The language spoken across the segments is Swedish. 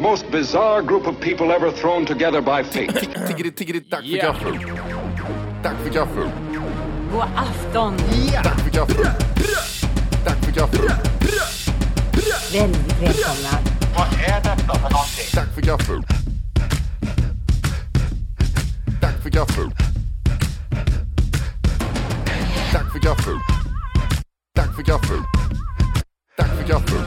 most bizarre group of people ever thrown together by fate. Tiggeri, tiggeri, tack för Ja. kaffet. Tack för kaffet. God afton! Tack för kaffet. Tack för kaffet. Väldigt välkomna. Tack för kaffet. Tack för kaffet. Tack för kaffet. Tack för kaffet. Tack för kaffet.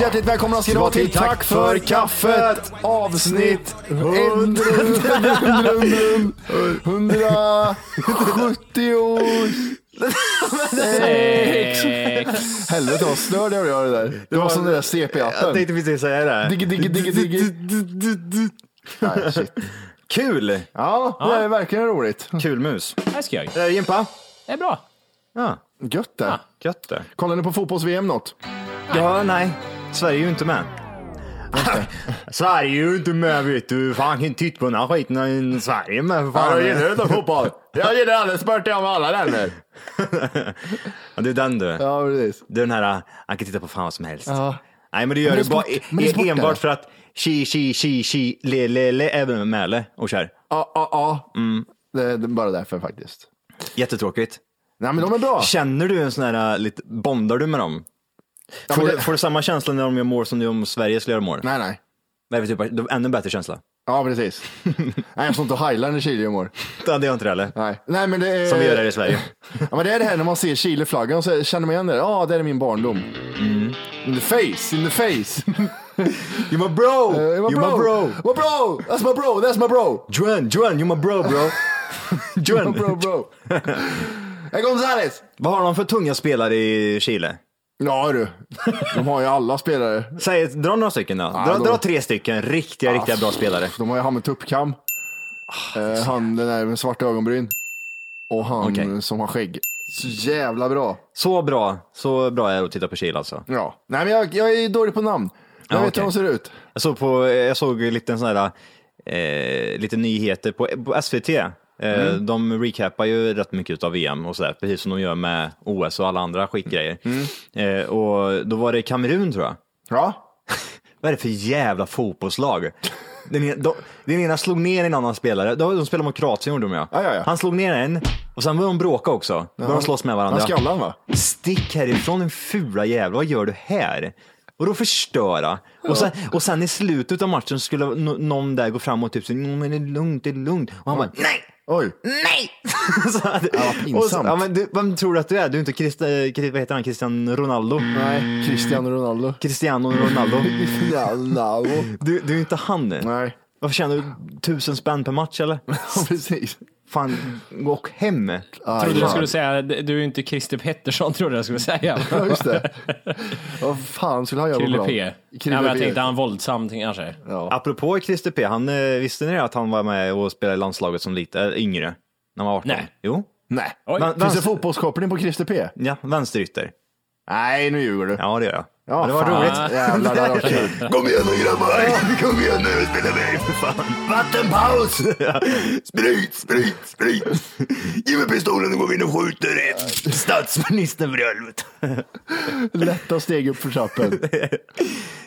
Hjärtligt välkomna ska ni vara till Tack för kaffet avsnitt 100 170 Helvete vad snörd jag gör det där. Det var som den där Jag CP-appen. tänkte precis säga det. Diggi, diggi, diggi, diggi. Nej, shit. Kul! Ja, det är verkligen roligt. Kul mus. Här ska jag. Det där är Jimpa. Det är bra. Ja, Gött det. gött det. Kollar ni på fotbolls-VM något? Ja, nej. Sverige är ju inte med. Sverige är ju inte med vet du. Fan kan inte titta på den här skiten när Sverige är med. för Fan. inte fotboll. Jag gillar alla sport om alla länder. Ja, det är den du. Ja, precis. Det är den här, han kan titta på fan vad som helst. Ja. Nej men det gör Men det är du bara sport. Men det är sport, enbart eller? för att chi chi chi chi le le le även mäle och kär. Ja, ja, ja. Det, det är bara därför faktiskt. Jättetråkigt. Nej, men de är bra. Känner du en sån här, äh, lite, bondar du med dem? Ja, Får, men du, det- får du samma känsla när de gör mål som du om Sverige skulle göra mål? Nej, nej. Nej, för typ, då- ännu bättre känsla. Ja, precis. nej, jag står inte och heilar när Chile gör mål. Ja, det har inte det heller. Nej. nej, men det är... Som vi gör här i Sverige. Ja, men det är det här när man ser Chile-flaggan och så känner man igen det. Ja, det är min barndom. Mm. In the face, in the face. You're my bro! Eh, you're my bro! My bro! That's my bro! That's my bro! Johan, Johan, you're my bro bro! My Johan, bro, bro. Här kommer Gonzales! vad har de för tunga spelare i Chile? Ja du, de har ju alla spelare. Säg, dra några stycken då. Dra, de- dra tre stycken riktiga, Ah. riktiga bra spelare. De har ju han med tuppkam. Ah, Eh, han den där med svarta ögonbryn. Och han Okej. som har skägg. Så jävla bra. Så bra, så bra är det att titta på Chile alltså. Ja. Nej men jag, jag är dålig på namn. Jag Ja, vet okej. hur de ser ut. Jag såg, på, jag såg lite, en sån här, eh, lite nyheter på, på SVT. Eh, Mm. De recapar ju rätt mycket av VM och sådär, precis som de gör med OS och alla andra skitgrejer. Mm. Eh, och då var det Kamerun tror jag. Ja. Vad är det för jävla fotbollslag? Den, ena- de, den ena slog ner en annan spelare. De, de spelade mot Kroatien gjorde de ja. Ja, ja, ja. Han slog ner en och sen började de bråka också. Började de slåss med varandra. Han skallade han va? Stick härifrån din fula jävel, vad gör du här? Och då förstöra. Och sen, och sen i slutet av matchen skulle no- någon där gå fram och typ säga, men det är lugnt, det är lugnt. Och han bara, nej! Oj. Nej! så, pinsamt. och så, ja, men du, vem tror du att du är? Du är inte Christ, eh, Christ- vad heter han? Cristiano Ronaldo? Nej, Cristiano Ronaldo. Cristiano Ronaldo. Ronaldo. Du, du är inte han nu. Nej, Varför tjänar du tusen spänn per match eller? ja, precis. Fan, åk hem. Aj, Trodde du fan. skulle säga, du är inte Christer Pettersson trodde jag skulle säga. Ja, just det. Vad fan skulle han göra Krille bra? P. Krille ja, men jag P. tänkte han våldsam kanske. Ja. Apropå Christer P, han, eh, visste ni att han var med och spelade i landslaget som lite äh, yngre? När han var 18? Nej. Jo. Nej. Oj. Men- Finns det fotbollskoppling på Christer P? Ja, vänsterytter. Nej, nu ljuger du. Ja, det gör jag. Ja, Men det var fan. roligt. Jävlar, det var kul. Kom igen nu grabbar! Kom igen nu, spela mig för fan! Vattenpaus! sprit, sprit, sprit! Ge mig pistolen och går vi in och skjuter eh, statsministern för helvete! Lätta steg upp för trappen.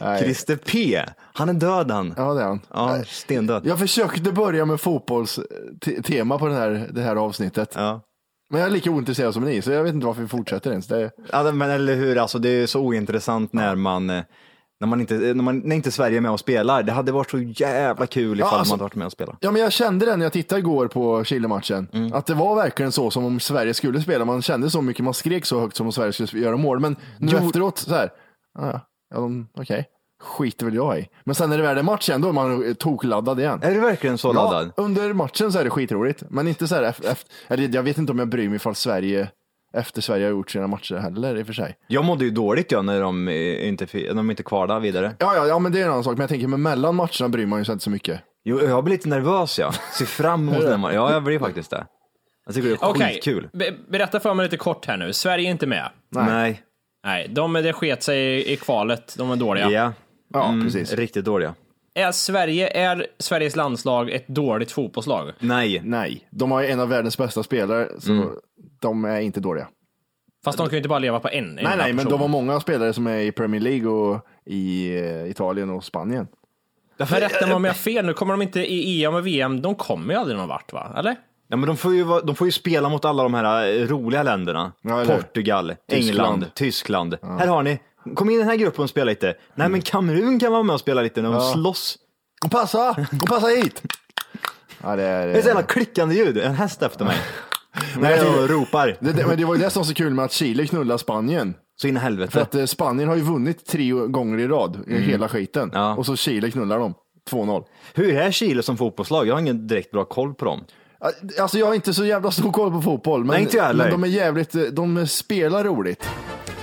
Nej. Christer P, han är död han. Ja, det är han. Ja, stendöd. Jag försökte börja med fotbollstema på den här, det här avsnittet. Ja. Men jag är lika ointresserad som ni, så jag vet inte varför vi fortsätter ens. Det, Ja, men eller hur, alltså det är så ointressant när man eh, när, man inte, när, man, när inte Sverige är med och spelar. Det hade varit så jävla kul ifall alltså- man hade varit med och spelat. Ja, men jag kände det när jag tittade igår på Chile-matchen. Att det var verkligen så som om Sverige skulle spela. Man kände så mycket, man skrek så högt som om Sverige skulle göra mål. Men nu efteråt, så här, ah, ja, de- okej, skiter väl jag i. Men sen när det väl är match igen, då är man tokladdad igen. Är du verkligen så laddad? Ja, under matchen så är det skitroligt, men inte så här efter, eller jag vet inte om jag bryr mig ifall Sverige, efter Sverige har gjort sina matcher heller i och för sig. Jag mådde ju dåligt jag när de eh, inte, fi- när de inte kvalade vidare. Ja, ja, ja, men det är en annan sak, men jag tänker, men mellan matcherna bryr man ju sig inte så mycket. Jo, jag blir lite nervös jag. Ser fram emot den här Ja, jag blir faktiskt det. Jag tycker det är Okej, skitkul. be- berätta för mig lite kort här nu. Sverige är inte med. Nej. Nej, de, det sket sig i kvalet. De var dåliga. Ja, Mm, Ja, precis. riktigt dåliga. är Sverige, är Sveriges landslag ett dåligt fotbollslag? Nej. Nej, de har ju en av världens bästa spelare, så Mm. de är inte dåliga. Fast de kan ju inte bara leva på en Nej, nej, men de har många spelare som är i Premier League och i eh, Italien och Spanien. Därför rättar man om jag har fel nu, kommer de inte i EM och VM, de kommer ju aldrig någon vart va? Eller? Ja, men de, får ju, vara- de får ju spela mot alla de här eh, roliga länderna. Ja, eller- Portugal, England, Tyskland. Här har ni. Kom in i den här gruppen och spela lite. Nej, men Kamerun kan vara med och spela lite när de slåss. Och passa! Och passa hit! Ja, det är... eh, Det är så jävla klickande ljud. En häst efter mig. När jag ropar. Det, det, men det var ju det som var så kul med att Chile knullade Spanien. Så in i För helvete. att eh, Spanien har ju vunnit tre gånger i rad, i hela skiten. Mm. Ja. Och så Chile knullar dem. 2-0. Hur är Chile som fotbollslag? Jag har ingen direkt bra koll på dem. Alltså jag har inte så jävla stor koll på fotboll, men, Nej, inte jag heller. men de är jävligt, eh, de spelar roligt.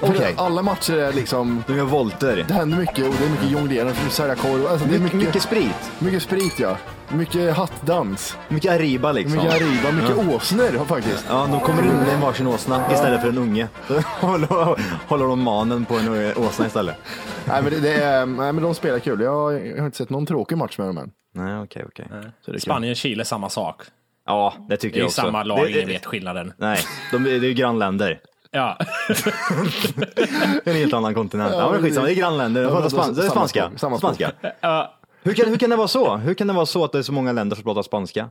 Och Okej. Alla matcher är liksom, De gör volter. det händer mycket och det är mycket jonglerande, för att sälja korv. Alltså, det är mycket, Mycket mycket, sprit. sprit ja. Mycket hattdans, Mycket Ariba liksom. mycket arriba, mycket åsnor faktiskt. Ja, de kommer in med en varsin åsna istället för en unge. Då håller- Håller de manen på en åsna istället. nej, men det, det är, nej men de spelar kul. Jag, har- jag har inte sett någon tråkig match med dem än. Nej, okej, okej. Så det är kul. Spanien och Chile, samma sak. Ja, det tycker Det är jag ju också. samma lag, Det- ingen vet skillnaden. Nej, de, det är ju grannländer. Ja. Det är en helt annan kontinent. Ja, men skitsamma, det är grannländer. De Ja, men pratar då- span- det är samma spanska. språk, samma språk. spanska. Hur, kan, hur kan det vara så? Hur kan det vara så att det är så många länder som pratar spanska? Är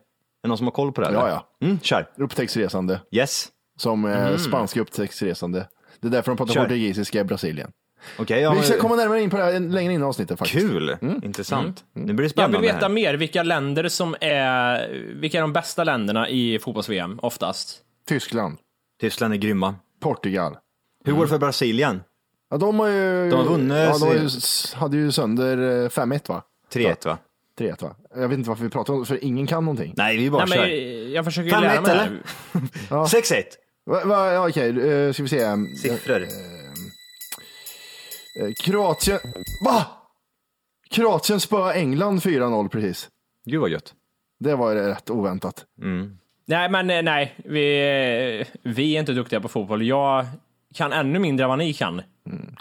det någon som har koll på det? eller? Ja, ja. Mm, kör. Upptäcktsresande, Yes. som eh, spanska upptäcktsresande. Det är därför de pratar Mm. Kör. portugisiska i Brasilien. Okej, ja, Vi ska men- komma närmare in på det här längre in i avsnittet faktiskt. Kul! Intressant. Nu blir det Jag spännande vill veta här. mer, vilka länder som är, vilka är de bästa länderna i fotbolls-VM oftast? Tyskland, Tyskland är grymma. Portugal. Hur går det för Brasilien? Ja, de har ju... De har vunnit Ja, de har ju, sin- s- hade ju sönder eh, 5-1 va? 3-1 va? 3-1 va? Jag vet inte varför vi pratar om det, för ingen kan någonting. Nej, vi bara Nej, kör. men jag försöker ju 5-1 lära mig det eller? här. 6-1. Va, va, ja, Okej, eh, ska vi se. eh, Siffror. eh, Kroatien... Va? Kroatien spöade England 4-0 precis. Gud vad gött. Det var ju rätt oväntat. Nej, men eh, nej, vi, vi är inte duktiga på fotboll. Jag kan ännu mindre än vad ni kan.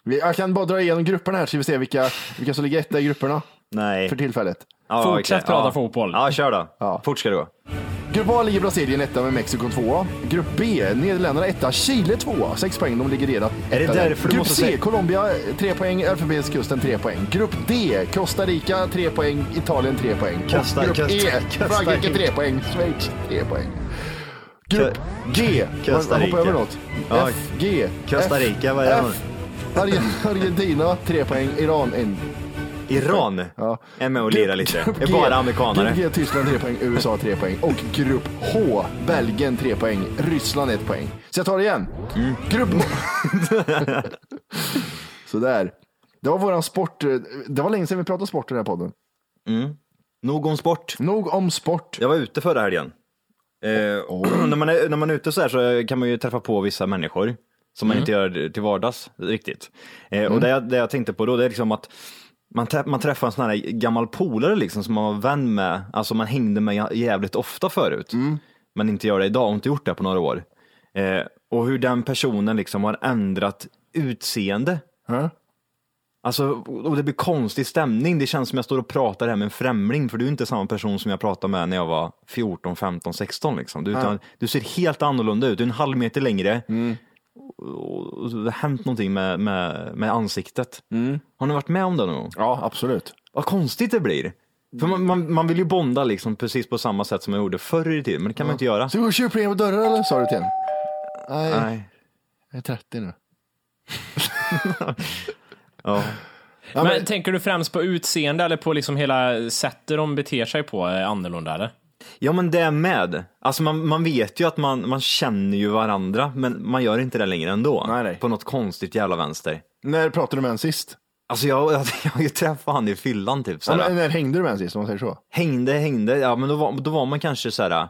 Vi, jag kan bara dra igenom grupperna här så vi ser vilka, vilka som ligger etta i grupperna Nej. för tillfället. Ja, Fortsätt okej. prata ja. fotboll. Ja, kör då. Ja. Fort ska det gå. Grupp A ligger Brasilien etta med Mexiko tvåa. Grupp B, Nederländerna etta, Chile tvåa. Sex poäng, de ligger redan Är det etta där. därför du Grupp måste C, säga- Colombia tre poäng, Elfenbenskusten tre poäng. Grupp D, Costa Rica tre poäng, Italien tre poäng. Och Kasta- grupp kasta- E, kasta- Frankrike tre poäng, Schweiz tre poäng. Grupp G, man Costa hoppar Rica. över något. Ja. F, G, Costa F, Rica, vad är det? F, Arge- Argentina tre poäng, Iran en. Iran Ja. är med och lirar lite. Grupp Är G. bara amerikanare. Grupp G, Tyskland 3 poäng, USA 3 poäng och grupp H, Belgien 3 poäng, Ryssland 1 poäng. Så jag tar det igen. Grupp Sådär. Det var våran sport. eh, Det var länge sedan vi pratade sport i den här podden. Nog om sport. Nog om sport. Jag var ute förra helgen. Eh, när, man är, när man är ute så här så kan man ju träffa på vissa människor som man inte gör till vardags riktigt. Eh, Och det jag, det jag tänkte på då det är liksom att man, trä- man träffar en sån här gammal polare liksom som man var vän med, alltså man hängde med jävligt ofta förut. Men inte gör det idag och inte gjort det på några år. Eh, och hur den personen liksom har ändrat utseende. Ja. Alltså, och det blir konstig stämning. Det känns som jag står och pratar här med en främling, för du är inte samma person som jag pratade med när jag var 14, 15, 16. Liksom. Du, utan, du ser helt annorlunda ut. Du är en halv meter längre. Och, och det har hänt någonting med, med, med ansiktet. Har ni varit med om det någon gång? Ja, absolut. Vad konstigt det blir. För man, man, man vill ju bonda liksom precis på samma sätt som jag gjorde förr i tiden, men det kan man inte göra. Så går tjuv på dörrar eller sa du till honom? Nej, Nej. jag är 30 nu. Ja. Ja, Men tänker du främst på utseende eller på liksom hela sättet de beter sig på är annorlunda eller? ja, men det är med. Alltså man, man vet ju att man, man känner ju varandra, men man gör inte det längre ändå. Nej, nej. På något konstigt jävla vänster. När pratade du med en sist? Alltså jag, jag, jag träffade han i fyllan typ. Ja, Såhär. men, när hängde du med en sist om man säger så? Hängde, hängde. Ja, men då var, då var man kanske såhär,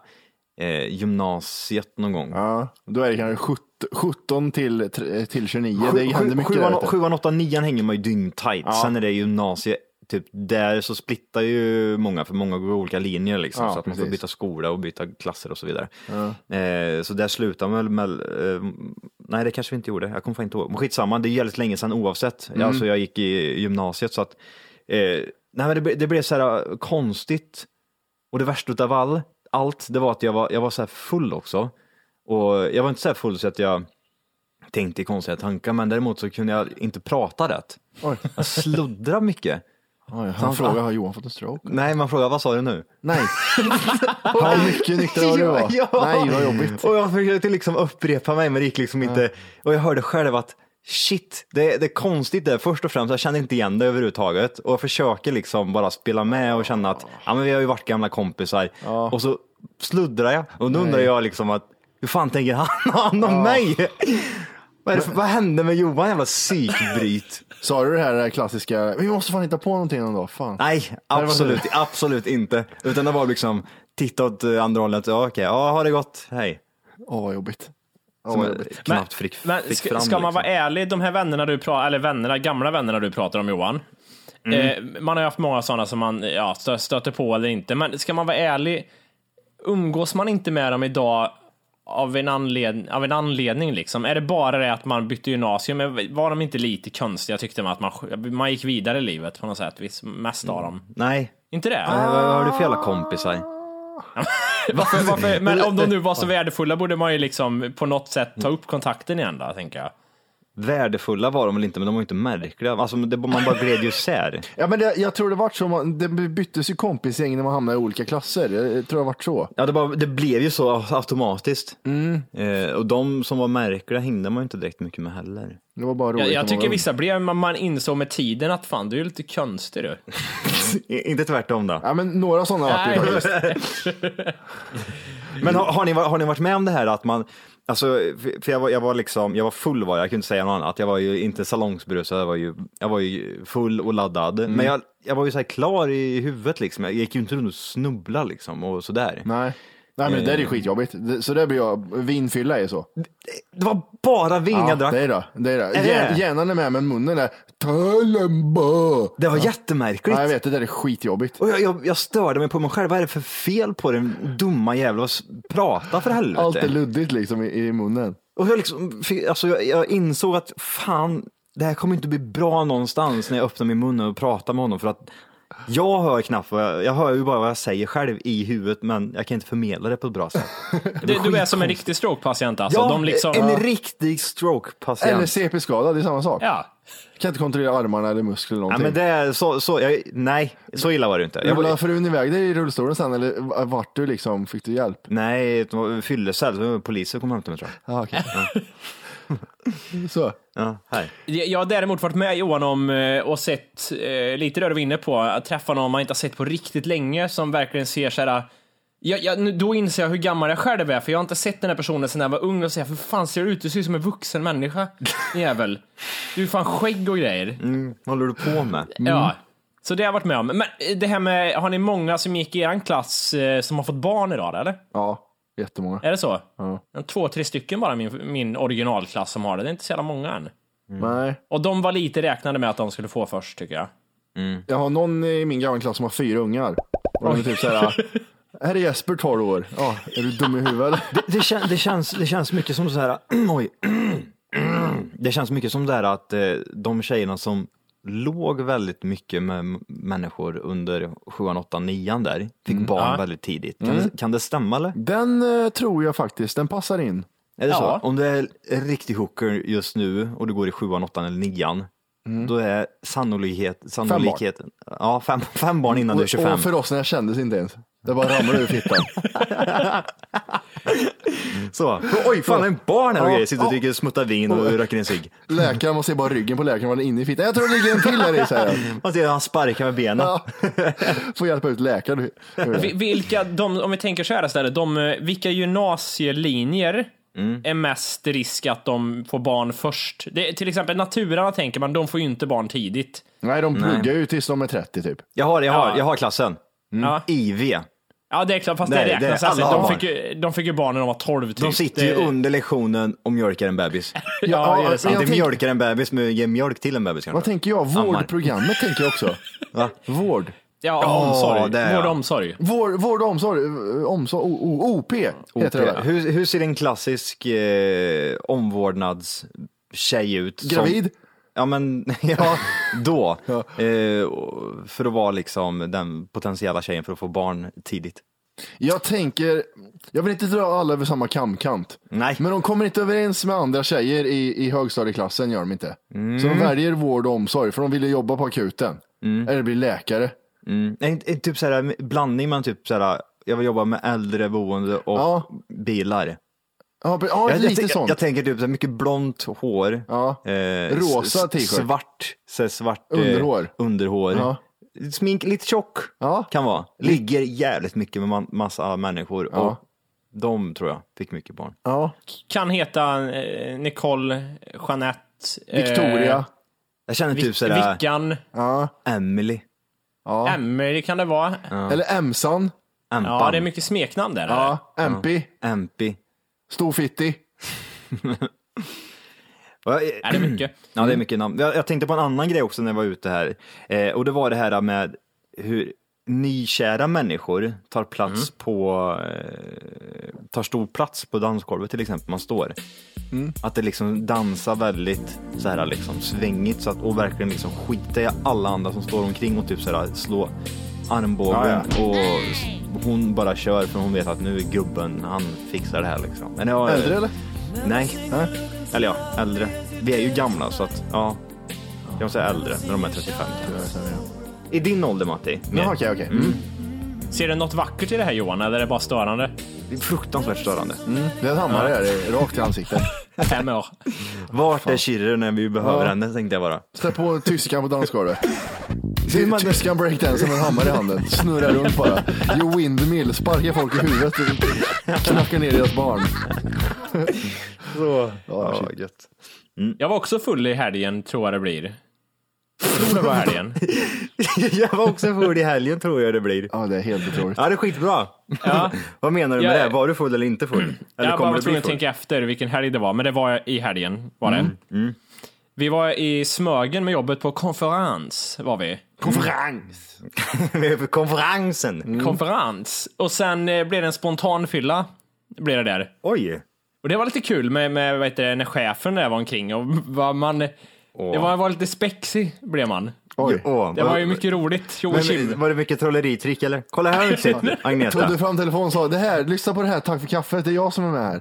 eh, gymnasiet någon gång. Ja, då är det kanske 17 17 till, tre- till 29. Det händer mycket. där Sjuan, ute. sjuan, åttan, nian hänger man ju dyngtajt. Sen är det gymnasiet. Typ där så splittar ju många, för många går olika linjer liksom. Ja, så att man får precis. byta skola och byta klasser och så vidare. Eh, så där slutar man väl med, eh, nej det kanske vi inte gjorde. Jag kommer Mm. fan inte ihåg. Men skitsamma, det är jävligt länge sedan oavsett. Alltså jag gick i gymnasiet så att eh, Nej, men det, ble- det blev så här äh, konstigt. Och det värsta utav all, allt, det var att jag var, jag var så här full också. Och jag var inte så här full så att jag tänkte i konstiga tankar, men däremot så kunde jag inte prata rätt. Oj. Jag sluddrade mycket. Oj, Ah. han frågar, har Johan fått en stroke? Nej, man frågar, vad sa du nu? Nej. Har mycket nyktrare än du var? Ja, ja. Nej, vad jobbigt. Och jag försökte liksom upprepa mig men det gick liksom inte. Och jag hörde själv att shit, det, det är konstigt det. Först och främst, jag känner inte igen det överhuvudtaget. Och jag försöker liksom bara spela med och känna att ja, men vi har ju varit gamla kompisar. Och så sluddrar jag och då undrar jag liksom att hur fan tänker han, han om mig? Vad, är det för, vad hände med Johan jävla psykbryt? Sa du det här klassiska, vi måste fan hitta på någonting någon dag, fan. Nej, var det. absolut, absolut inte. Utan det var liksom titta åt eh, andra hållet. Ja, okej, ja, ha det gott, hej. Åh, vad jobbigt. Åh, Som vad jag jobbigt. knappt fick, Men fick ska, fram. ska man liksom. vara ärlig, de här vännerna du pratar, eller vännerna, gamla vännerna du pratar om Johan. Mm. Eh, man har ju haft många sådana som man ja, stö- stöter på eller inte, men ska man vara ärlig, umgås man inte med dem idag av en, anled, av en anledning liksom? Är det bara det att man bytte gymnasium? Men Var de inte lite konstiga tyckte man att man, man gick vidare i livet på något sätt? Visst, mest av dem. liksom. Nej, Inte det? Mm. Nej, vad vad har du för jävla kompisar? Varför, varför, men om de nu var så värdefulla borde man ju liksom på något sätt ta upp kontakten igen då, tänker jag. Värdefulla var de väl inte, men de var ju inte märkliga. Alltså, det, man bara gled ju isär. Ja, men det, jag tror det vart så, man- det byttes ju kompisgäng när man hamnade i olika klasser. Jag tror det vart så. Ja, det, bara, det blev ju så automatiskt. Eh, och de som var märkliga hängde man ju inte direkt mycket med heller. Det var bara roligt. Jag, när man jag var tycker ung. vissa brev man, man insåg med tiden att fan, du är lite konstig du. I- inte tvärtom då. Ja, men några sådana vart det Nej. ju faktiskt. Men har, har, ni, var- har ni varit med om det här att man, alltså, för för jag var, jag var liksom, jag var full var jag, jag kunde inte säga något annat. Jag var ju inte salongsberusad, jag var ju, jag var ju full och laddad. Mm. Men jag, jag var ju så här klar i huvudet liksom. Jag gick ju inte runt och snubblade liksom och sådär. Nej. Nej, men det Eh. där är skitjobbigt. Det- Så det blir jag, vinfylla är så. Det var bara vin jag drack. det är det. det, är det. Är det Hjär- det? Hjärnan är med, men munnen är Töllenbö. Det var jättemärkligt. Ja, jag vet, det där är skitjobbigt. Och jag, jag, jag störde mig på mig själv. Vad är det för fel på den dumma jävla att s- prata för helvete? Allt är luddigt liksom i, i munnen. Och jag, liksom, fick- alltså jag, jag insåg att fan, det här kommer inte bli bra någonstans när jag öppnar min mun och pratar med honom. För att jag hör knappt vad jag, jag hör ju bara vad jag säger själv i huvudet, men jag kan inte förmedla det på ett bra sätt. Du, du är som en riktig strokepatient alltså. ja, de liksom, en riktig stroke-patient. Eller CP-skada, det är samma sak. ja. Kan inte kontrollera armarna eller muskler eller Ja, någonting. men det är så, så, jag, nej, så illa var det inte. Jag, Rullade var- frun iväg dig i rullstolen sen eller v- vart du liksom, fick du hjälp? nej, det var fyllecell, så polisen kom hem till mig tror jag. Ah, okay. så. Ja, här. Jag har däremot varit med Johan om eh, och sett eh, lite det du var inne på, att träffa någon man inte har sett på riktigt länge som verkligen ser så här. Jag, jag, nu- då inser jag hur gammal jag själv är, för jag har inte sett den här personen sedan jag var ung och säger för fan ser du ut? Du ser ut som en vuxen människa, jävel. Du är fan skägg och grejer. Mm, Vad håller du på med? Ja. Så det har jag varit med om. Men eh, det här med, har ni många som gick i er klass eh, som har fått barn idag eller? Ja, jättemånga. Är det så? En Två, tre stycken bara min, min originalklass som har det. Det är inte så jävla många än. Mm. Nej. Och de var lite räknade med att de skulle få först tycker jag. Jag har någon i min gamla klass som har fyra ungar. Och de är typ så här, här är Jesper 12 år. Ja, är du dum i huvudet? det, kän, det, känns, det känns mycket som så här, oj. det känns mycket som det här att eh, de tjejerna som låg väldigt mycket med m- människor under sjuan, åttan, nian där, fick barn Ja. väldigt tidigt. Kan, det, kan det stämma eller? Den eh, tror jag faktiskt, den passar in. Är det Ja. så? Om du är en riktig hooker just nu och du går i sjuan, åttan eller nian, då är sannolikhet, sannolikheten... Ja, fem, fem barn innan Och, du är 25. och för oss när jag kändes inte ens. Det bara ramlade ur fittan. Så. Oj, fan det är en barn här och Ja. grejer. Sitter och Ja. dricker, smuttar vin och röker en cigg. Läkaren, man ser bara ryggen på läkaren, man är inne i fittan. Jag tror det ligger en till här i, säger jag. Man ser hur han sparkar med benen. Ja. Får hjälpa ut läkaren. Vi- Vilka, de, om vi tänker så här istället, de, eh, vilka gymnasielinjer Mm. är mest risk att de får barn först? Det, är till exempel naturarna tänker man, de får ju inte barn tidigt. Nej, de pluggar ju tills de är 30 typ. Jag har, jag har, Ja. jag har klassen. Mm. Ja. IV. ja, det är klart, fast Nej, det det- räknas. alla alltså, har de, barn. fick ju, de fick ju barn när de var 12 typ. De sitter ju Det- under lektionen och mjölkar en bebis. Alltså, Ja, det är men sant. jag Inte tänker- mjölkar en bebis, men ger mjölk till en bebis Vad kanske. tänker jag? Vårdprogrammet tänker jag också. Va? Vård. Ja, omsorg. det är jag. Vård och omsorg. Vård, vård och omsorg. eh, omsorg o, o, OP heter det väl? Hur, hur ser en klassisk eh, omvårdnadstjej ut? som- Gravid? Ja men, ja, då. Eh, och- för att vara liksom den potentiella tjejen för att få barn tidigt. Jag tänker, jag vill inte dra alla över samma kamkant. Nej. Men de kommer inte överens med andra tjejer i, i högstadieklassen, gör de inte. Så Mm. de väljer vård och omsorg, för de vill ju jobba på akuten. Eller bli läkare. Mm. En, en typ såhär blandning mellan typ såhär, jag vill jobba med äldreboende och Ja. bilar. Ja, pre- ja Jag, jag, lite tänk- sånt. jag tänker typ så här mycket blont hår. Ja. Eh, Rosa s- t-shirt. Svart, så här svart eh, Underhår. underhår. Ja. Smink, lite tjock Ja. kan vara. Ligger jävligt mycket med man, massa människor. Och de tror jag fick mycket barn. ja. Kan heta eh, Nicole, Jeanette, eh, Victoria. Jag känner typ Vic- sådär, Vickan, Emily. Emelie kan det vara. Eller Emsan. Empan. Ja, det är mycket smeknamn där. eller? Ja. MP. Empi. Storfitti. Och jag- Är det mycket? Ja, det är mycket namn. Jag, jag tänkte på en annan grej också när jag var ute här. Eh, och det var det här med hur nykära människor tar plats Mm. på, eh, tar stor plats på dansgolvet till exempel, man står. Att det liksom dansar väldigt så här liksom svängigt så att, och verkligen liksom skita i alla andra som står omkring och typ så här slå armbågen Ja, och s- hon bara kör för hon vet att nu är gubben, han fixar det här liksom. Men jag, Äldre eller? Nej. Eller ja, äldre. Vi är ju gamla så att, ja. Jag måste säga äldre när de är 35. I din ålder Matti? Jaha, okej, okej. Mm. Mm. Ser du något vackert i det här Johan, eller är det bara störande? Det är fruktansvärt störande. Det är en hammare där, det är rakt i ansiktet. Fem år. Vart är Kirre när vi behöver Ja. henne tänkte jag bara. Sätt på tyskan på dansgolvet. Typ Ser tyskan breakdance med en hammare i handen. Snurrar runt bara. Gör windmill, sparkar folk i huvudet. Knackar ner deras barn. Så. Ja, Ja, shit. gött. Jag var också full i helgen, tror jag det blir. Tror det var helgen. jag var också full i helgen tror jag det blir. Ja, det är helt otroligt. Ja, det är skitbra. Ja. Vad menar du med Jag- det? här? Var du full eller inte full? Eller jag bara kommer du var bli Mm, tvungen att full? tänka efter vilken helg det var, men det var jag i helgen. Var det. Vi var i Smögen med jobbet på konferens. Var vi. Konferens! Vi är på konferensen. Konferens. Och sen eh, blev det en spontan fylla. Blev det där. Oj. Och det var lite kul med, med vad heter det, när chefen där var omkring. Och vad man, Det var, var lite spexig, blev man. Oj. Åh, Det var ju vad- mycket roligt. Jo, Men, var det mycket trolleritrick eller? Kolla här utsikt, Agneta. Tog du fram telefonen och sa det här, lyssna på det här, tack för kaffet, det är jag som är med här.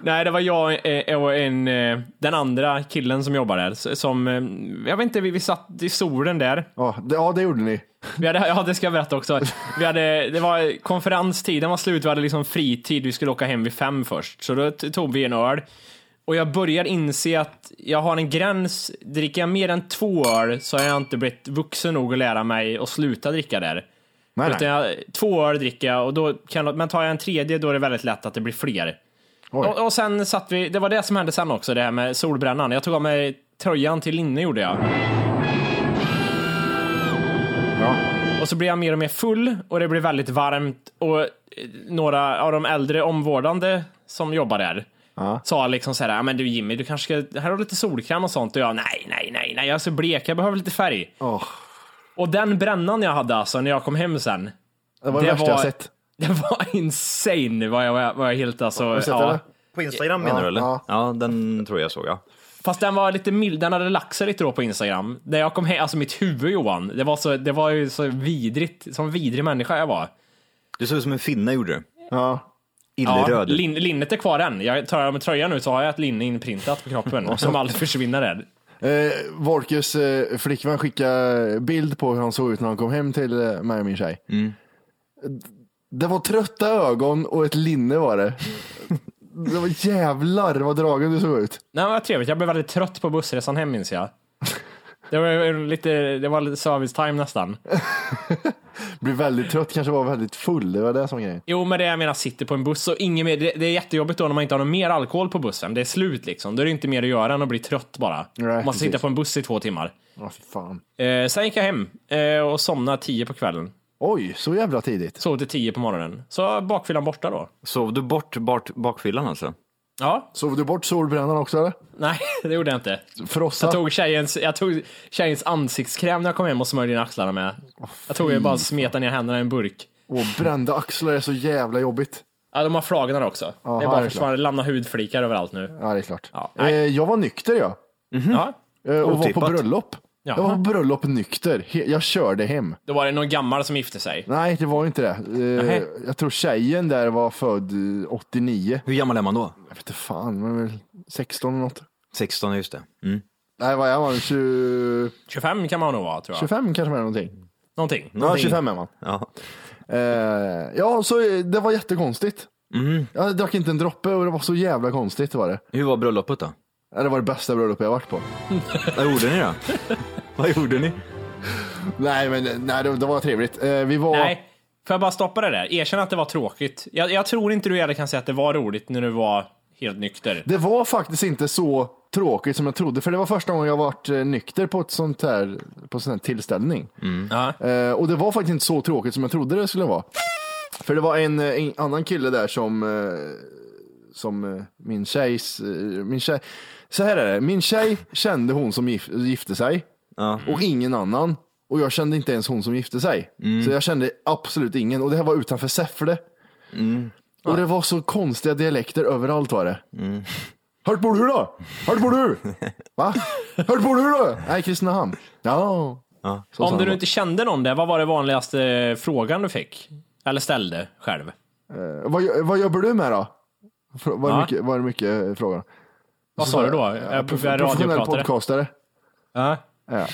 Nej, det var jag eh, och en, eh, den andra killen som jobbar där. s- Som, eh, jag vet inte, vi, vi satt i solen där. Ja, det, ja, det gjorde ni. Vi hade, ja, det ska jag berätta också. Vi hade, det var konferenstiden var slut, vi hade liksom fritid, vi skulle åka hem vid fem först. Så då t- tog vi en öl. Och jag börjar inse att jag har en gräns. Dricker jag mer än två öl så har jag inte blivit vuxen nog att lära mig att sluta dricka där. Nej, nej. Utan jag, två öl dricker jag, och då kan, jag- men tar jag en tredje då är det väldigt lätt att det blir fler. Oj. Och, och sen satt vi, det var det som hände sen också, det här med solbrännan. Jag tog av mig tröjan till linne gjorde jag. Och så blev jag mer och mer full och det blev väldigt varmt och eh, några av de äldre omvårdande som jobbar där sa liksom så här, "Ja, men du Jimmy, du kanske ska, här har du lite solkräm och sånt och jag, nej, nej, nej, nej, jag är så blek, jag behöver lite färg. Åh. Och den brännan jag hade alltså när jag kom hem sen, Det var det, Det värsta var- jag sett. det var insane vad jag, vad jag, vad jag helt alltså. Har du sett ja. det? På Instagram menar Ja, du eller? ja. ja, den tror jag såg ja. Fast den var lite mild, den hade lagt sig lite då på Instagram. När jag kom hem, alltså mitt huvud Johan, det var, så, det var ju så vidrigt, som vidrig människa jag var. Du såg ut som en finne gjorde du. Ja. Illröd. lin, linnet är kvar än. Jag tar av mig tröjan nu så har jag ett linne inprintat på kroppen som aldrig försvinner där. Eh, Volkes eh, flickvän skickade bild på hur han såg ut när han kom hem till eh, mig och min tjej. Mm. Det var trötta ögon och ett linne var det. det var jävlar vad dragen du såg ut. Nej, men vad trevligt. Jag blev väldigt trött på bussresan hem minns jag. Det var ju lite, det var lite service time nästan. Blev väldigt trött, kanske var väldigt full. Det var det som var grejen. Jo, men det jag menar sitter på en buss och ingen mer. Det, det är jättejobbigt då när man inte har någon mer alkohol på bussen. Det är slut liksom. Då är det inte mer att göra än att bli trött bara. Nej, man ska precis. sitta på en buss i två timmar. Ja, fy fan. Eh, sen gick jag hem eh, och somnade tio på kvällen. Oj, så jävla tidigt. Sov till tio på morgonen. Så bakfyllan borta då. Sov du bort, bort bakfyllan alltså? Ja, Sov du bort solbrännan också eller? nej, det gjorde jag inte. Så Frossa? jag tog tjejens, jag tog tjejens ansiktskräm när jag kom hem och smörjde in axlarna med. Jag tog ju bara och smetade ner händerna i en burk. Och brända axlar är så jävla jobbigt. Ja, de har flagorna också. Aha, det är det är bara klart. försvann, lämna hudflikar överallt nu. Ja, det är klart. Ja, eh, nej. jag var nykter jag. Ja. Eh, Och var på Otippat. bröllop. Jaha. Jag var på bröllop nykter. He- Jag körde hem. Då var det någon gammal som gifte sig. Nej, det var ju inte det. Eh, Nähä. Jag tror tjejen där var född eh, 89. Hur gammal är man då? Jag vet inte fan, men väl 16 eller något. 16, just det. Mm. Nej, vad är man? 20... 25 kan man nog vara tror jag. 25 kanske man är någonting. Någonting. Ja, Någonting. 25 är man. Ja. Eh, ja, så eh, det var jättekonstigt. Mm. Jag drack inte en droppe och det var så jävla konstigt var det. Hur var bröllopet då? Ja, Det var det bästa bröllopet jag varit på. Vad gjorde ni då? Vad gjorde ni? Nej, men eh, nej, det, det var trevligt. Eh, vi var... Nej, får jag bara stoppa det där? Erkänn att det var tråkigt. Jag, jag tror inte du heller kan säga att det var roligt när du var helt nykter. Det var faktiskt inte så tråkigt som jag trodde, för det var första gången jag varit eh, nykter på ett sånt här, på en sån här tillställning. Ja. Eh, och det var faktiskt inte så tråkigt som jag trodde det skulle vara. För det var en, eh, en annan kille där som, eh, som eh, min tjejs, eh, min tjej, så här är det, min tjej kände hon som gif, gifte sig Ja. och ingen annan. Och jag kände inte ens hon som gifte sig. Så jag kände absolut ingen. Och det här var utanför Säffle. Och det var så konstiga dialekter överallt var det. Hört bor du då? Hört bor du? Va? Hört bor du då? Nej, Kristinehamn. Ja. Ja. Så sa Om du han nu då. inte kände någon där, vad var det vanligaste frågan du fick? Eller ställde själv? Eh, Vad, gö- vad jobbar du med då? Fr- Var, Ja. det mycket, var det mycket eh, frågan. Vad sa du då? Jag Prof- proffs- professionell radiopratare. podcastare. Ja. Ja.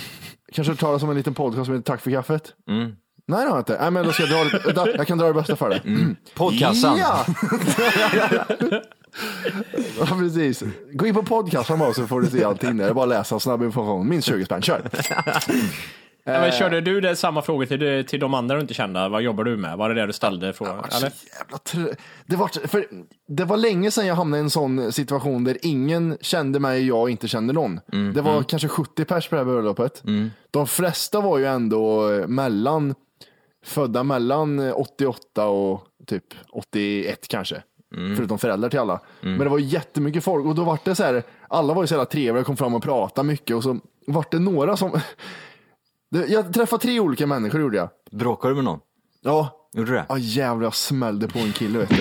Kanske du talas om en liten podcast som heter Tack för kaffet? Nej, det har jag inte. Nej, men då ska jag, dra, da- jag kan dra det bästa för dig. Poddkassan. Ja! ja, precis. Gå in på podcasten bara så får du se allting där. Det är bara att läsa snabb information. Minst 20 spänn, kör. Ja, men Eh. körde du det, samma frågor till, till de andra du inte kände? Vad jobbar du med? Var det det du ställde frågan? Eller? Jävla tr- det, var, för det var länge sedan jag hamnade i en sån situation där ingen kände mig och jag inte kände någon. Det var kanske 70 pers på det här bröllopet. Mm. De flesta var ju ändå eh, mellan, födda mellan 88 och typ 81 kanske. Förutom föräldrar till alla. Men det var jättemycket folk och då var det så här, alla var ju så jävla trevliga och kom fram och pratade mycket och så var det några som, Det- jag träffade tre olika människor gjorde jag. Bråkade du med någon? Ja, Gjorde du det? Ja jävlar, jag smällde på en kille vet du.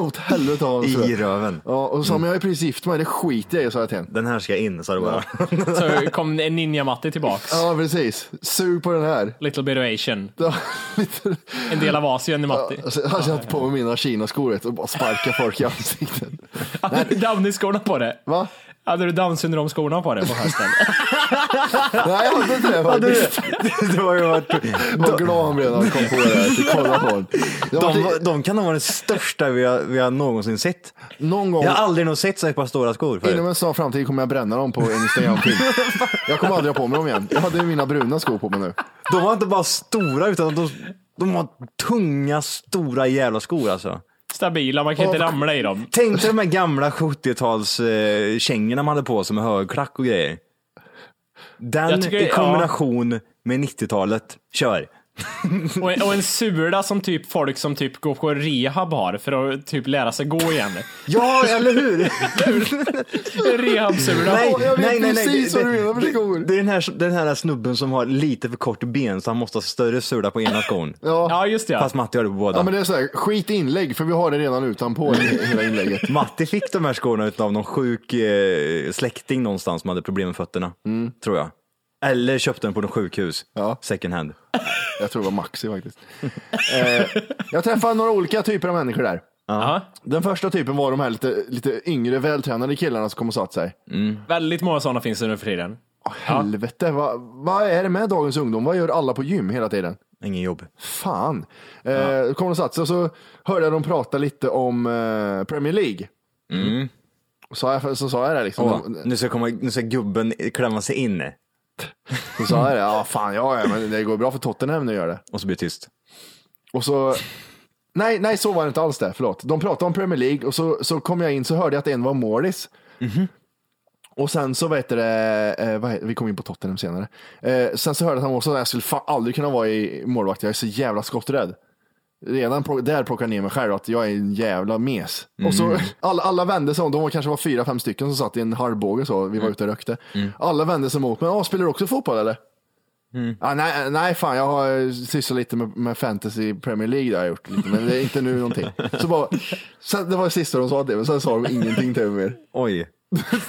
Åt helvete av honom. tror I jag. röven. Ja, och så sa han, men jag är precis gift med dig, det skiter jag i, sa jag till honom. Den här ska in, sa du bara. Så kom Ninja-Matti tillbaks. Ja, precis. Sug på den här. Little bit of Asian. Ja, lite- En del av Asien i Matti. Så Alltså, Jag har satt på mig mina kinaskor vet du, och bara sparka folk i ansiktet. Hade du Downy-skorna på det? Va? Hade du Downs syndrom-skorna på det på hösten? Nej, jag hade inte det faktiskt. det var ju varit... Vad glad han blev när han kom på det. här. Jag kollade på honom. Jag De, var, var- de kan nog vara den största vi har, vi har någonsin sett. någon gång Jag har aldrig nog sett så här par stora skor förut. inom en snar framtid kommer jag bränna dem på en Instagram-film. Jag kommer aldrig ha på mig dem igen. Jag hade ju mina bruna skor på mig nu. De var inte bara stora utan de, de var tunga, stora jävla skor alltså. Stabila, man kan inte ramla i dem. Tänk dig de här gamla 70-tals eh, kängorna man hade på sig med högklack och grejer. Den Jag tycker- i kombination med 90-talet. Kör! Och, och en sula som typ folk som typ går på rehab har för att typ lära sig gå igen. Ja, eller hur? En Rehabsula. nej, jag vet nej, nej, precis nej. vad du menar för skor. Det, det är den här, den här snubben som har lite för kort ben så han måste ha större sula på ena skon. Ja, just det. Ja. Fast Matti har det på båda. Ja men det är så här, skit i inlägg för vi har det redan utanpå i- hela inlägget. Matti fick de här skorna utav någon sjuk eh, släkting någonstans som hade problem med fötterna. Tror jag. Eller köpte den på något sjukhus. Mm. Ja. Second hand. Jag tror det var Maxi faktiskt. Eh, jag träffade några olika typer av människor där. Ja. Den första typen var de här lite, lite yngre vältränade killarna som kom och satt sig. Väldigt många sådana finns det nu för tiden. Åh, helvete, vad, vad är det med dagens ungdom? Vad gör alla på gym hela tiden? Ingen jobb. Fan. Eh, Kom och satt sig och så hörde jag dem prata lite om eh, Premier League. Mm. Så, jag, så sa jag det liksom. Åh, Mm. nu, ska komma, nu ska gubben klämma sig in. Så sa jag det, ja fan ja, ja, men det går bra för Tottenham nu gör det. Och så blir det tyst. Och så... Nej, nej, så var det inte alls det. Förlåt. De pratade om Premier League och så, så kom jag in så hörde jag att en var Morris. Och sen så vet det, eh, vad heter, vi kom in på Tottenham senare. Eh, sen så hörde jag att han också, jag skulle fan aldrig kunna vara i målvakt, jag är så jävla skotträdd. Redan pro- där plockade jag ner mig själv att jag är en jävla mes. Och så alla, alla vände sig om, de var kanske var fyra, fem stycken som satt i en halvbåge så, vi var ute och rökte. Alla vände sig mot mig, "Ja, spelar du också fotboll eller? Ah, nej, nej, fan, jag har sysslat lite med, med fantasy Premier League, det har jag gjort lite, men det är inte nu någonting. Så bara, sen, det var det sista de sa till mig, sen sa de ingenting till mig mer. Oj.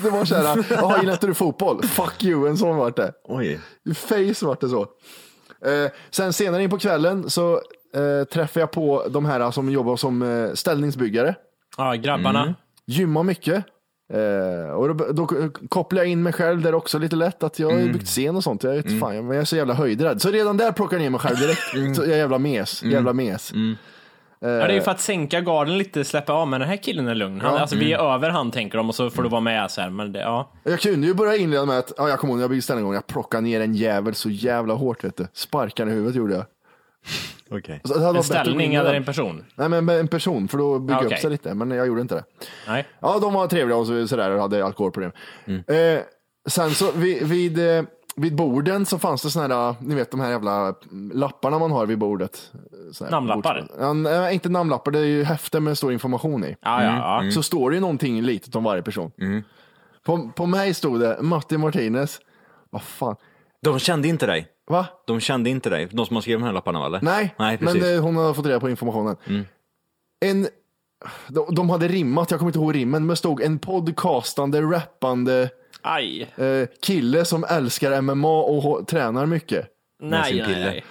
det var så här, jaha gillar inte du fotboll? Fuck you, en sån vart det. Oj. I face vart det så. Eh, sen senare in på kvällen så eh, träffade jag på de här som jobbar som eh, ställningsbyggare. Ja, grabbarna. Mm. Gymmar mycket. Eh, och då, då kopplar jag in mig själv där också lite lätt. Att jag har Mm. ju byggt scen och sånt. Jag, vet, fan, jag, men jag är så jävla höjdrädd. Så redan där plockar jag ner mig själv direkt. Mm. Så jag är jävla mes. Jävla mes. Ja, Eh. det är ju för att sänka garden lite, släppa av, men den här killen är lugn. Han, alltså, Mm. Vi är över han tänker de och så får du vara med så här. Men det, ja. Jag kunde ju börja inleda med att ja, jag kommer ihåg när jag byggde ställning en gång. Jag plockade ner en jävel så jävla hårt. Vet du. Sparkade i huvudet gjorde jag. Okej. Så det hade En varit bättre att gå ställning in eller där. en person. Nej, men med en person, för då bygger Ah, jag okej. upp sig lite. Men jag gjorde inte det. Nej. Ja, de var trevliga och så- sådär och hade alkoholproblem. Mm. Eh, sen så vid, vid, eh, vid borden så fanns det såna här, eh, ni vet de här jävla lapparna man har vid bordet. Så här, Namnlappar? bords- Ja, nej, inte namnlappar, det är ju häften med stor information i. Ja, Mm. ja, ja. Så står det ju någonting litet om varje person. På, på mig stod det Matti Martinez. Vad fan, De kände inte dig. va? De kände inte dig. De som har skrivit de här lapparna, va, eller? Nej, men Nej, precis. Mm. eh, hon har fått reda på informationen. En, de, de hade rimmat, jag kommer inte ihåg rimmen, men stod en podcastande, rappande Aj. eh, kille som älskar MMA och ho- tränar mycket. Nej, sin nej, pille. nej.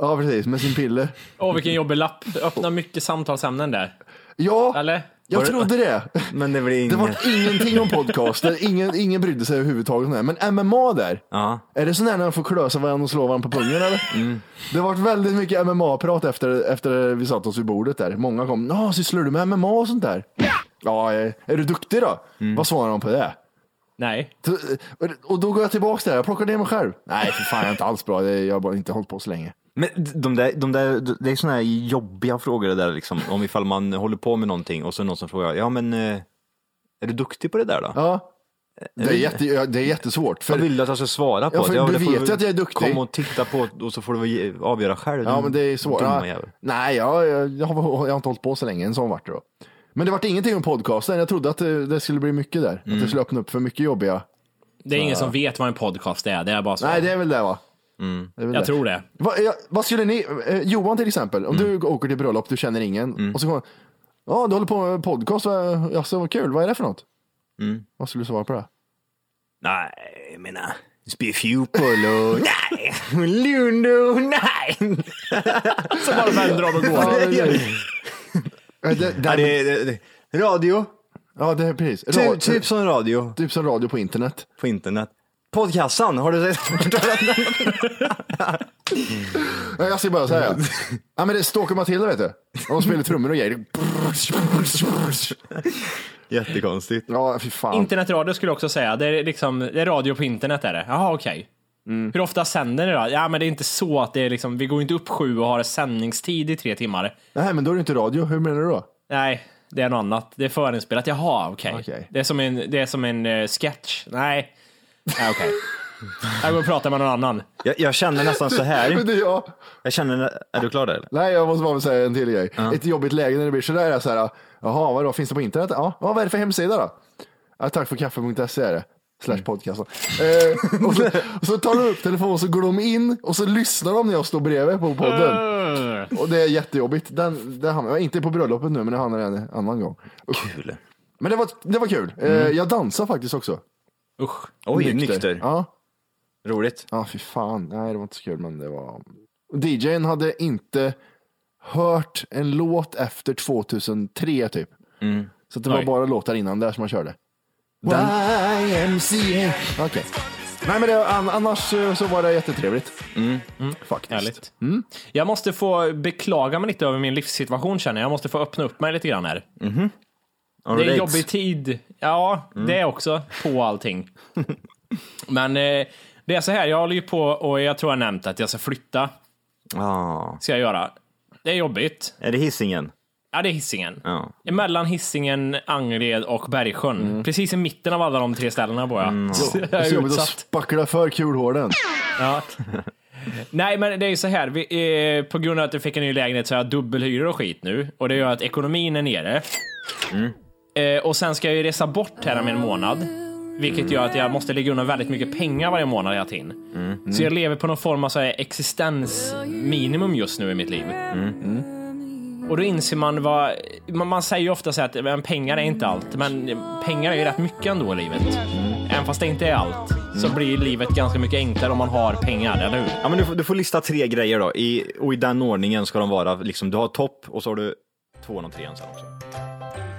Ja, precis, med sin pille. Åh, vilken jobbig lapp. Öppna mycket samtalsämnen där. Ja, Eller? jag Var det- trodde det. Men det blir Det inget. var ingenting om podcaster, ingen, ingen brydde sig överhuvudtaget om det. här. Men MMA där, Ja. är det sån där när de får klösa varandra och slå varandra på pungen eller? Mm. Det vart väldigt mycket MMA-prat efter, efter vi satt oss vid bordet där. Många kom, ja, sysslar du med MMA och sånt där? Ja, eh, är du duktig då? Mm. Vad svarar de på det? Nej. Så, eh, Och då går jag tillbaka där, jag plockar ner mig själv. Nej, för fan, jag är inte alls bra. Det- Jag har bara inte hållit på så länge. Men de där, de där, det är sådana här jobbiga frågor det där liksom. Om ifall man håller på med någonting och så är det någon som frågar, ja men eh, är du duktig på det där då? Ja. Det är, jätte, ja, det är jättesvårt. Vad För, vill du att jag ska svara på? Ja, för du det får vet ju väl att jag är duktig. Kom och titta på och så får du väl ge- avgöra själv. ja, din men det är svårt. dumma Ja, jävel. nej, jag, jag, jag, har, jag har inte hållit på så länge. En sån vart det då. Men det vart ingenting om podcasten. Jag trodde att det, det skulle bli mycket där. Att det skulle öppna upp för mycket jobbiga. Det är ingen som vet vad en podcast är. Det är bara så. Nej, det är väl det va? Det är väl Jag det. tror det. Va, ja, vad skulle ni, eh, Johan till exempel, om du åker till bröllop, du känner ingen. Och så kommer ja du håller på med podcast, vad, jaså, vad kul, vad är det för något? Vad skulle du svara på det? Nej, jag menar, spela fotboll och nej, Lund och nej. Så bara vänder de och Ja, går. det, det, det, Ja, det, det, det, det. Radio, ja, det är precis. Ty, Ra- typ som radio typ som radio på internet. på internet. Podcastan, har du sett? Ja, Jag ser bara så här. Ja. Ja, men det är Stalker Matilda vet du. De spelar trummor och grejer. Jättekonstigt. Ja, fy fan. Internetradio skulle jag också säga. Det är, liksom, det är radio på internet är det. Jaha, okej. Hur ofta sänder ni då? Ja, men det är inte så att det är liksom, vi går inte upp sju och har sändningstid i tre timmar. Nej, men då är det inte radio. Hur menar du då? Nej, det är något annat. Det är förinspelat. Jaha, okej. Okej. Det är som en, det är som en eh, sketch. Nej, Nej, okej. jag går och pratar med någon annan. Jag, jag känner nästan så Men här. det är jag. Jag känner, är du klar där? Eller? Nej, jag måste bara säga en till grej. Ett jobbigt läge när det blir sådär. Så här, Jaha, vadå, finns det på internet? Ja, ja vad är det för hemsida då? Ja, tack för kaffe.se är det. Slash podcast. Eh, och, så, och så tar de upp telefonen och så går de in och så lyssnar de när jag står bredvid på podden. Uh, Eh. Och det är jättejobbigt. Den, det hamnar, inte på bröllopet nu, men det hamnar en annan gång. Usch. Kul. Men det var, det var kul. Eh, jag dansade faktiskt också. usch. Oj, nykter. Ja, Roligt. Ja, fy fan. Nej, det var inte så kul, men det var... DJn hade inte hört en låt efter 2003, typ. Så att det var Mm. Oj. bara låtar innan där som man körde. YMCA. Okej. Nej, men det, an, annars eh, så var det jättetrevligt. Mm. Faktiskt. Mm. Härligt. Jag måste få beklaga mig lite över min livssituation känner jag. Jag måste få öppna upp mig lite grann här. Det är en jobbig tid. Ja, det är också på allting. Men eh, det är så här, jag håller ju på och jag tror jag nämnt att jag ska flytta. Ja. Ska jag göra. Det är jobbigt. Är det hissingen? Ja, det är hissingen. Ja. Mellan hissingen, Angered och Bergsjön. Precis i mitten av alla de tre ställena bor jag. Så jag Det är är så jobbigt att utsatt. spackla för kulhården. Ja. Nej, men det är ju så här. Vi, eh, på grund av att jag fick en ny lägenhet så har jag dubbelhyror och skit nu. Och det gör att ekonomin är nere. Eh, och sen ska jag ju resa bort här om en månad. Vilket gör att jag måste lägga undan väldigt mycket pengar varje månad jag tar in. Så jag lever på någon form av så här existensminimum just nu i mitt liv. Och då inser man vad... Man, man säger ju ofta så här att men, pengar är inte allt, men pengar är ju rätt mycket ändå i livet. Även fast det inte är allt så blir livet ganska mycket enklare om man har pengar, eller hur? Ja, men du, får- du får lista tre grejer då, I, och i den ordningen ska de vara. Liksom, du har topp och så har du tvåan och trean sen också.